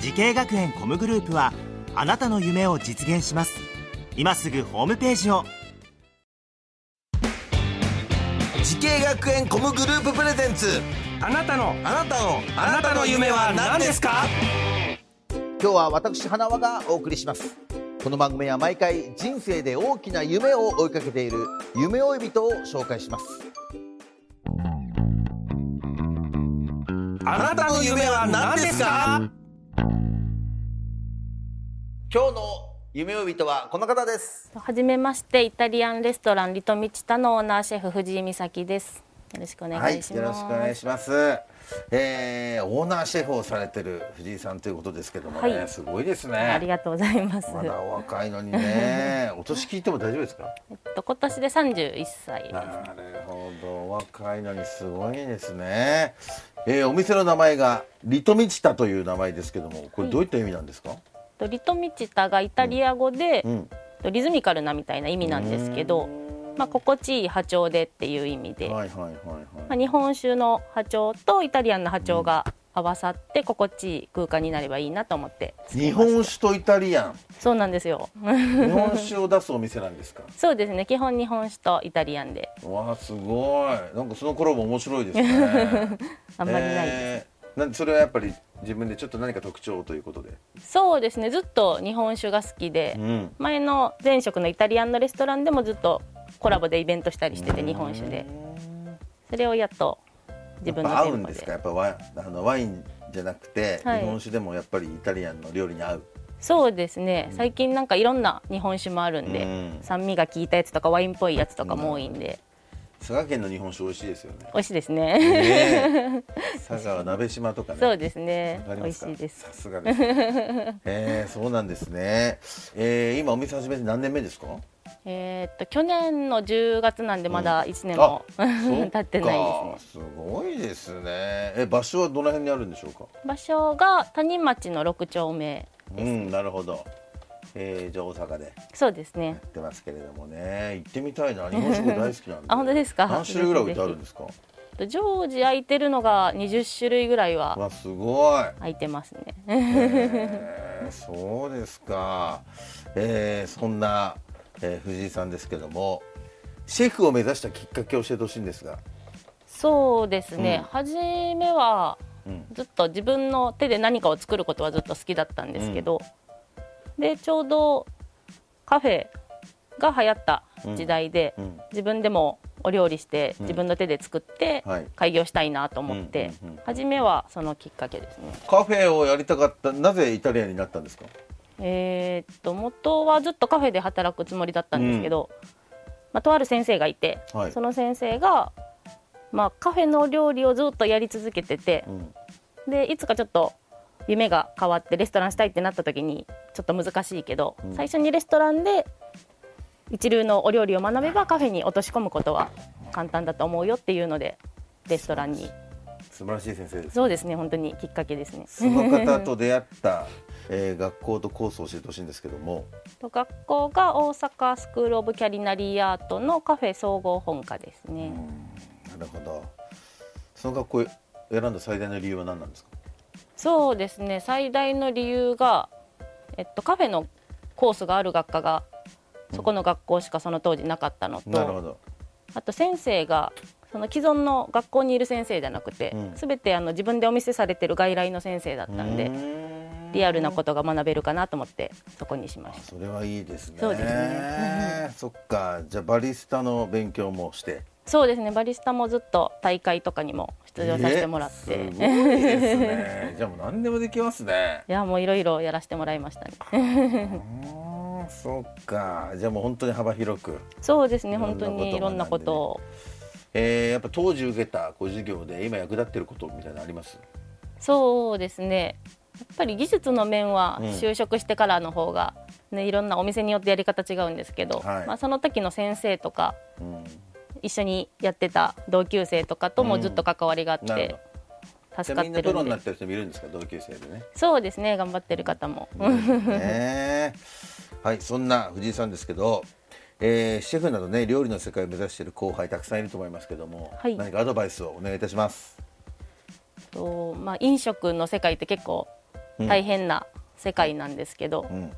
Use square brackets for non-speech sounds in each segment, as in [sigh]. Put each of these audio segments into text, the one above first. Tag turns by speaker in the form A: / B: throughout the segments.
A: 時系学園コムグループはあなたの夢を実現します今すぐホームページを
B: 時系学園コムグループプレゼンツ
C: あなたの
B: あなたの
C: あなたの夢は何ですか
B: 今日は私花輪がお送りしますこの番組は毎回人生で大きな夢を追いかけている夢追い人を紹介します
C: あなたの夢は何ですか
B: 今日の夢追い人はこの方です
D: はじめましてイタリアンレストランリトミチタのオーナーシェフ藤井美咲です。よろしくお願
B: はい
D: いします。
B: よろしくお願いしますえー、オーナーシェフをされてる藤井さんということですけどもね、
D: はい
B: すごいです
D: あり
B: ね
D: がとうございます。
B: まだお若いのにねお年聞いても大丈夫ですか
D: えっと今年で三十一歳です。
B: なるほどお若いのにすごいですね、えー、お店の名前がリトミチタという名前ですけどもこれどういった意味なんですか、
D: えっとリトミチタがイタリア語で、
B: うん
D: えっとリズミカルなみたいな意味なんですけど、まあ心地いい波長でっていう意味で、
B: はいはいはい
D: ま
B: は
D: あ
B: い
D: 日本酒の波長とイタリアンの波長が合わさって心地いい空間になればいいなと思って作
B: 日
D: りました。
B: 本酒とイタリアン
D: そうなんですよ。
B: 日本酒を出すお店なんですか
D: そうですね。基本日本酒とイタリアンで
B: わあすごいなんかそのコラボ面白いですね
D: [laughs] あんまりないです。
B: えーなんでそれはやっぱり自分でちょっと何か特徴ということで
D: そうですねずっと日本酒が好きで、
B: ん
D: 前の前職のイタリアンのレストランでもずっとコラボでイベントしたりしてて日本酒でそれをやっと自分の
B: やっぱ合う
D: 店
B: ん
D: 舗
B: です
D: で
B: かやっぱワインあのワインじゃなくて、
D: はい
B: 日本酒でもやっぱりイタリアンの料理に合う
D: そうですね最近なんかいろんな日本酒もあるんで、
B: うん
D: 酸味が効いたやつとかワインっぽいやつとかも多いんで、
B: 佐賀県の日本酒美味しいですよ
D: [laughs]
B: ね
D: 美味しいですね
B: ねえ佐賀は鍋島とかね
D: [laughs] そうですね
B: わかり
D: 美
B: ま
D: 味
B: すか
D: しいです
B: さすがです、ね、
D: [laughs]
B: えー、そうなんですね、えー、今お店始めて何年目ですか
D: えーっと去年の10月なんでまだ1年も、
B: そ
D: [laughs] 経ってないですね
B: っかすごいですねえ場所はどの辺にあるんでしょうか
D: 場所が谷町の6丁目
B: うんなるほど、えー、じゃあ大阪で
D: そうですね
B: やってますけれどもね行ってみたいな日本酒も大好きなんで
D: [laughs] あ本当ですか
B: 何種類ぐらい置いてあるんですか
D: 常時空いてるのが20種類ぐらいは
B: わすごい
D: 空いてますね
B: えーそうですか、えーそんな、えー藤井さんですけどもシェフを目指したきっかけを教えてほしいんですが
D: そうですね、
B: うん
D: 初めは
B: うん
D: ずっと自分の手で何かを作ることはずっと好きだったんですけど、でちょうどカフェが流行った時代で、
B: うんうん
D: 自分でもお料理して自分の手で作って
B: はい
D: 開業したいなと思って、
B: うんうんうん
D: 初めはそのきっかけですね。
B: カフェをやりたかったなぜイタリアンになったんですか
D: えーっと元はずっとカフェで働くつもりだったんですけど、まあ、とある先生がいて、
B: はい
D: その先生が、まあ、カフェの料理をずっとやり続けてて、
B: ん
D: でいつかちょっと夢が変わってレストランしたいってなった時にちょっと難しいけど、最初にレストランで一流のお料理を学べばカフェに落とし込むことは簡単だと思うよっていうのでレストランに
B: 素晴らしい先生です
D: そうですね本当にきっかけですね。
B: その方と出会った、 [laughs] えー学校とコースを教えてほしいんですけども
D: と学校が大阪スクール・オブ・キャリナリーアートのカフェ総合本科ですね、
B: なるほどその学校を選んだ最大の理由は何なんですか
D: そうですね最大の理由が、えっと、カフェのコースがある学科がそこの学校しかその当時なかったのと、
B: なるほど
D: あと先生がその既存の学校にいる先生じゃなくて、
B: うん
D: すべてあの自分でお店されてる外来の先生だったんで、
B: うーん
D: リアルなことが学べるかなと思ってそこにしました
B: それはいいですね
D: そうです
B: ねそっかじゃあバリスタの勉強もして
D: そうですねバリスタもずっと大会とかにも出場させてもらって、
B: えすごいです
D: [laughs]
B: ね。じゃあもう何でもできますね。
D: いやもういろいろやらせてもらいましたね
B: うん、そっか。じゃあもう本当に幅広く。
D: そうです
B: い
D: ね
B: ろんな
D: 本当にいろんなことを、
B: えー、やっぱ当時受けたこう授業で今役立ってることみたいなのあります。
D: そうですねやっぱり技術の面は
B: うん
D: 就職してからの方が、ね、いろんなお店によってやり方違うんですけど、
B: はい
D: まあ、その時の先生とか
B: うん
D: 一緒にやってた同級生とかともずっと関わりがあっ
B: なる
D: て、
B: じ
D: 助
B: ゃあ
D: か
B: み
D: っ
B: ん
D: て
B: なプ
D: る
B: ロに
D: んで
B: なってる人もいるんですか同級生でね。
D: そうですね頑張ってる方も、
B: ねはいそんな藤井さんですけど、えーシェフなどね料理の世界を目指している後輩たくさんいると思いますけども、
D: はい
B: 何かアドバイスをお願いいたします。
D: とまあ、飲食の世界って結構大変な世界なんですけど、
B: うん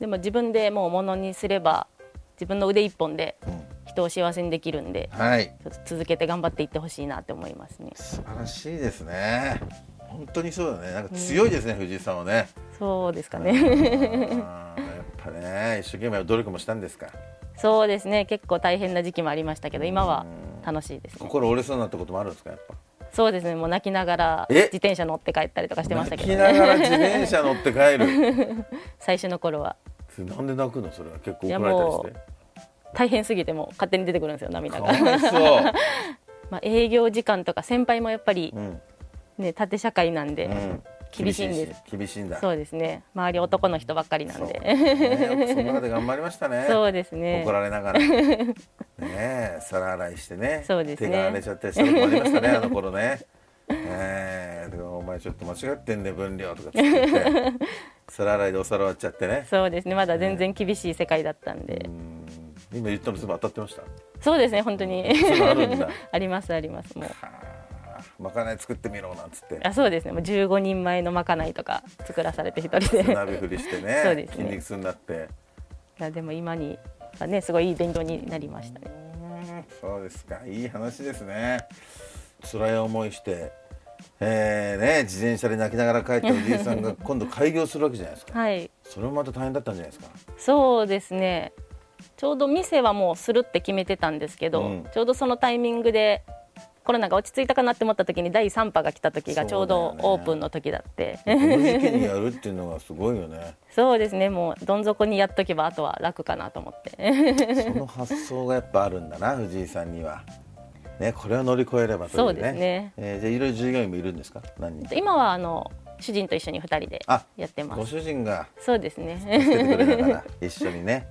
D: でも自分でもうものにすれば自分の腕一本で
B: うん
D: 人を幸せにできるんで、
B: はい
D: ちょっと続けて頑張っていってほしいなって思いますね。
B: 素晴らしいですね。本当にそうだねなんか強いですね、藤井さんはね。
D: そうですか
B: う
D: ね
B: んやっぱね一生懸命努力もしたんですか。
D: [laughs] そうですね結構大変な時期もありましたけど今は楽しいですね
B: 心折れそうになったこともあるんですかやっぱ。
D: そうですねもう泣きながら
B: え
D: 自転車乗って帰ったりとかしてました
B: 泣
D: け
B: き
D: ど
B: ながら自
D: ね
B: 転車乗って帰る。
D: [laughs]
B: [laughs]
D: 最初の頃は
B: なんで泣くのそれは結構
D: い
B: 怒
D: や
B: られたりし
D: も
B: て
D: う。大変すぎてもう勝手に出てくるんですよ涙
B: か
D: が、
B: わいそう。
D: [laughs] まあ、営業時間とか先輩もやっぱり
B: うん
D: ね縦社会なんで、
B: うん
D: 厳しいんです
B: し厳しいんだ。
D: そうですね周り男の人ばっかりなん
B: そう
D: で。
B: ねよくその中で頑張りましたね
D: [laughs] そうですね
B: 怒られながら。ねえ、皿洗いしてね。
D: そうですね
B: 手が荒れちゃったりしたこともありましたね、あの頃ね。ええ、でもお前ちょっと間違ってんね、分量とかつって言って。皿洗いでお皿割っちゃってね。
D: そうですねまだ全然厳しい世界だったんで、
B: うん今言ったの全部当たってました。
D: そうですね本当に
B: そういうのあるんだ
D: [laughs] ありますありますもう
B: まかない作ってみろなんつって。
D: あそうですねもう15人前のまかないとか作らされて一人で
B: 鍋振りして
D: そう
B: ね
D: ですね
B: 筋肉痛になって
D: [laughs] いやでも今にはねすごいいい勉強になりましたね
B: うんそうですかいい話ですね辛い思いしてえーね自転車で泣きながら帰ったおじいさん [laughs] が今度開業するわけじゃないですか
D: はい
B: それもまた大変だったんじゃないですか
D: そうですねちょうど店はもうするって決めてたんですけど、
B: うん
D: ちょうどそのタイミングでコロナが落ち着いたかなって思った時に第3波が来た時がちょう
B: そう
D: ど
B: だよね
D: オープンの時だって [laughs]
B: この時期にやるっていうのがすごいよね
D: そうですねもうどん底にやっとけばあとは楽かなと思って
B: そ
D: [laughs]
B: の発想がやっぱあるんだな藤井さんにはねこれを乗り越えればというね
D: そうですね
B: えーじゃあいろいろ従業員もいるんですか何人
D: 今はあの主人と一緒に2人で
B: あ
D: やってま
B: ご
D: す
B: 主人が
D: そうです
B: 助け
D: ね
B: てくれながら一緒に [laughs] ね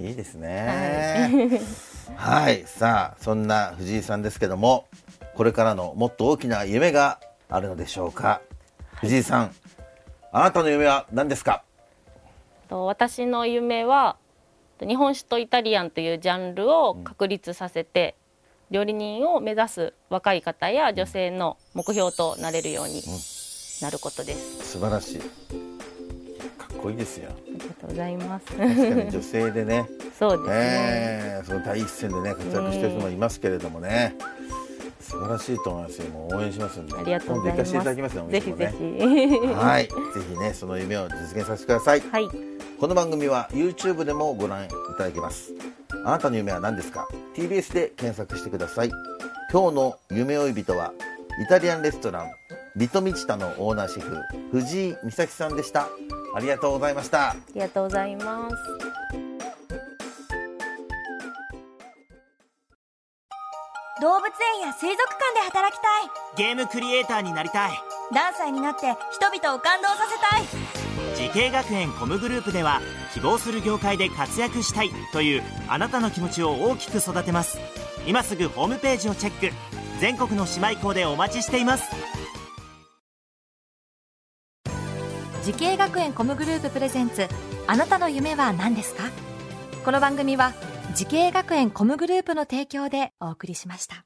B: いいですねはいさあそんな藤井さんですけどもこれからのもっと大きな夢があるのでしょうか藤井さんあなたの夢は何ですか
D: と私の夢は日本酒とイタリアンというジャンルを確立させて、料理人を目指す若い方や女性の目標となれるようになることです、
B: 素晴らしいかっこいいですよ
D: ありがとうございます [laughs]
B: 確かに女性で [laughs] ね
D: そうですね
B: ねその第一線でね活躍してる人もいますけれどもね素晴らしいと思いますよもう応援しますんで
D: ありがとうござ
B: 今度
D: います
B: 行かせていただきますよお店
D: ぜひ
B: もね
D: ぜひ [laughs]
B: はいぜひねその夢を実現させてください
D: はい
B: この番組は YouTube でもご覧いただけますあなたの夢は何ですか TBS で検索してください今日の夢追い人はイタリアンレストランリトミチタのオーナーシェフ藤井美咲さんでしたありがとうございました
D: ありがとうございます
E: 動物園や水族館で働きたい
A: ゲームクリエイターになりたい
E: 何歳になって人々を感動させたい
A: 時系学園コムグループでは希望する業界で活躍したいというあなたの気持ちを大きく育てます今すぐホームページをチェック全国の姉妹校でお待ちしています
F: 時系学園コムグループプレゼンツあなたの夢は何ですかこの番組は時系学園コムグループの提供でお送りしました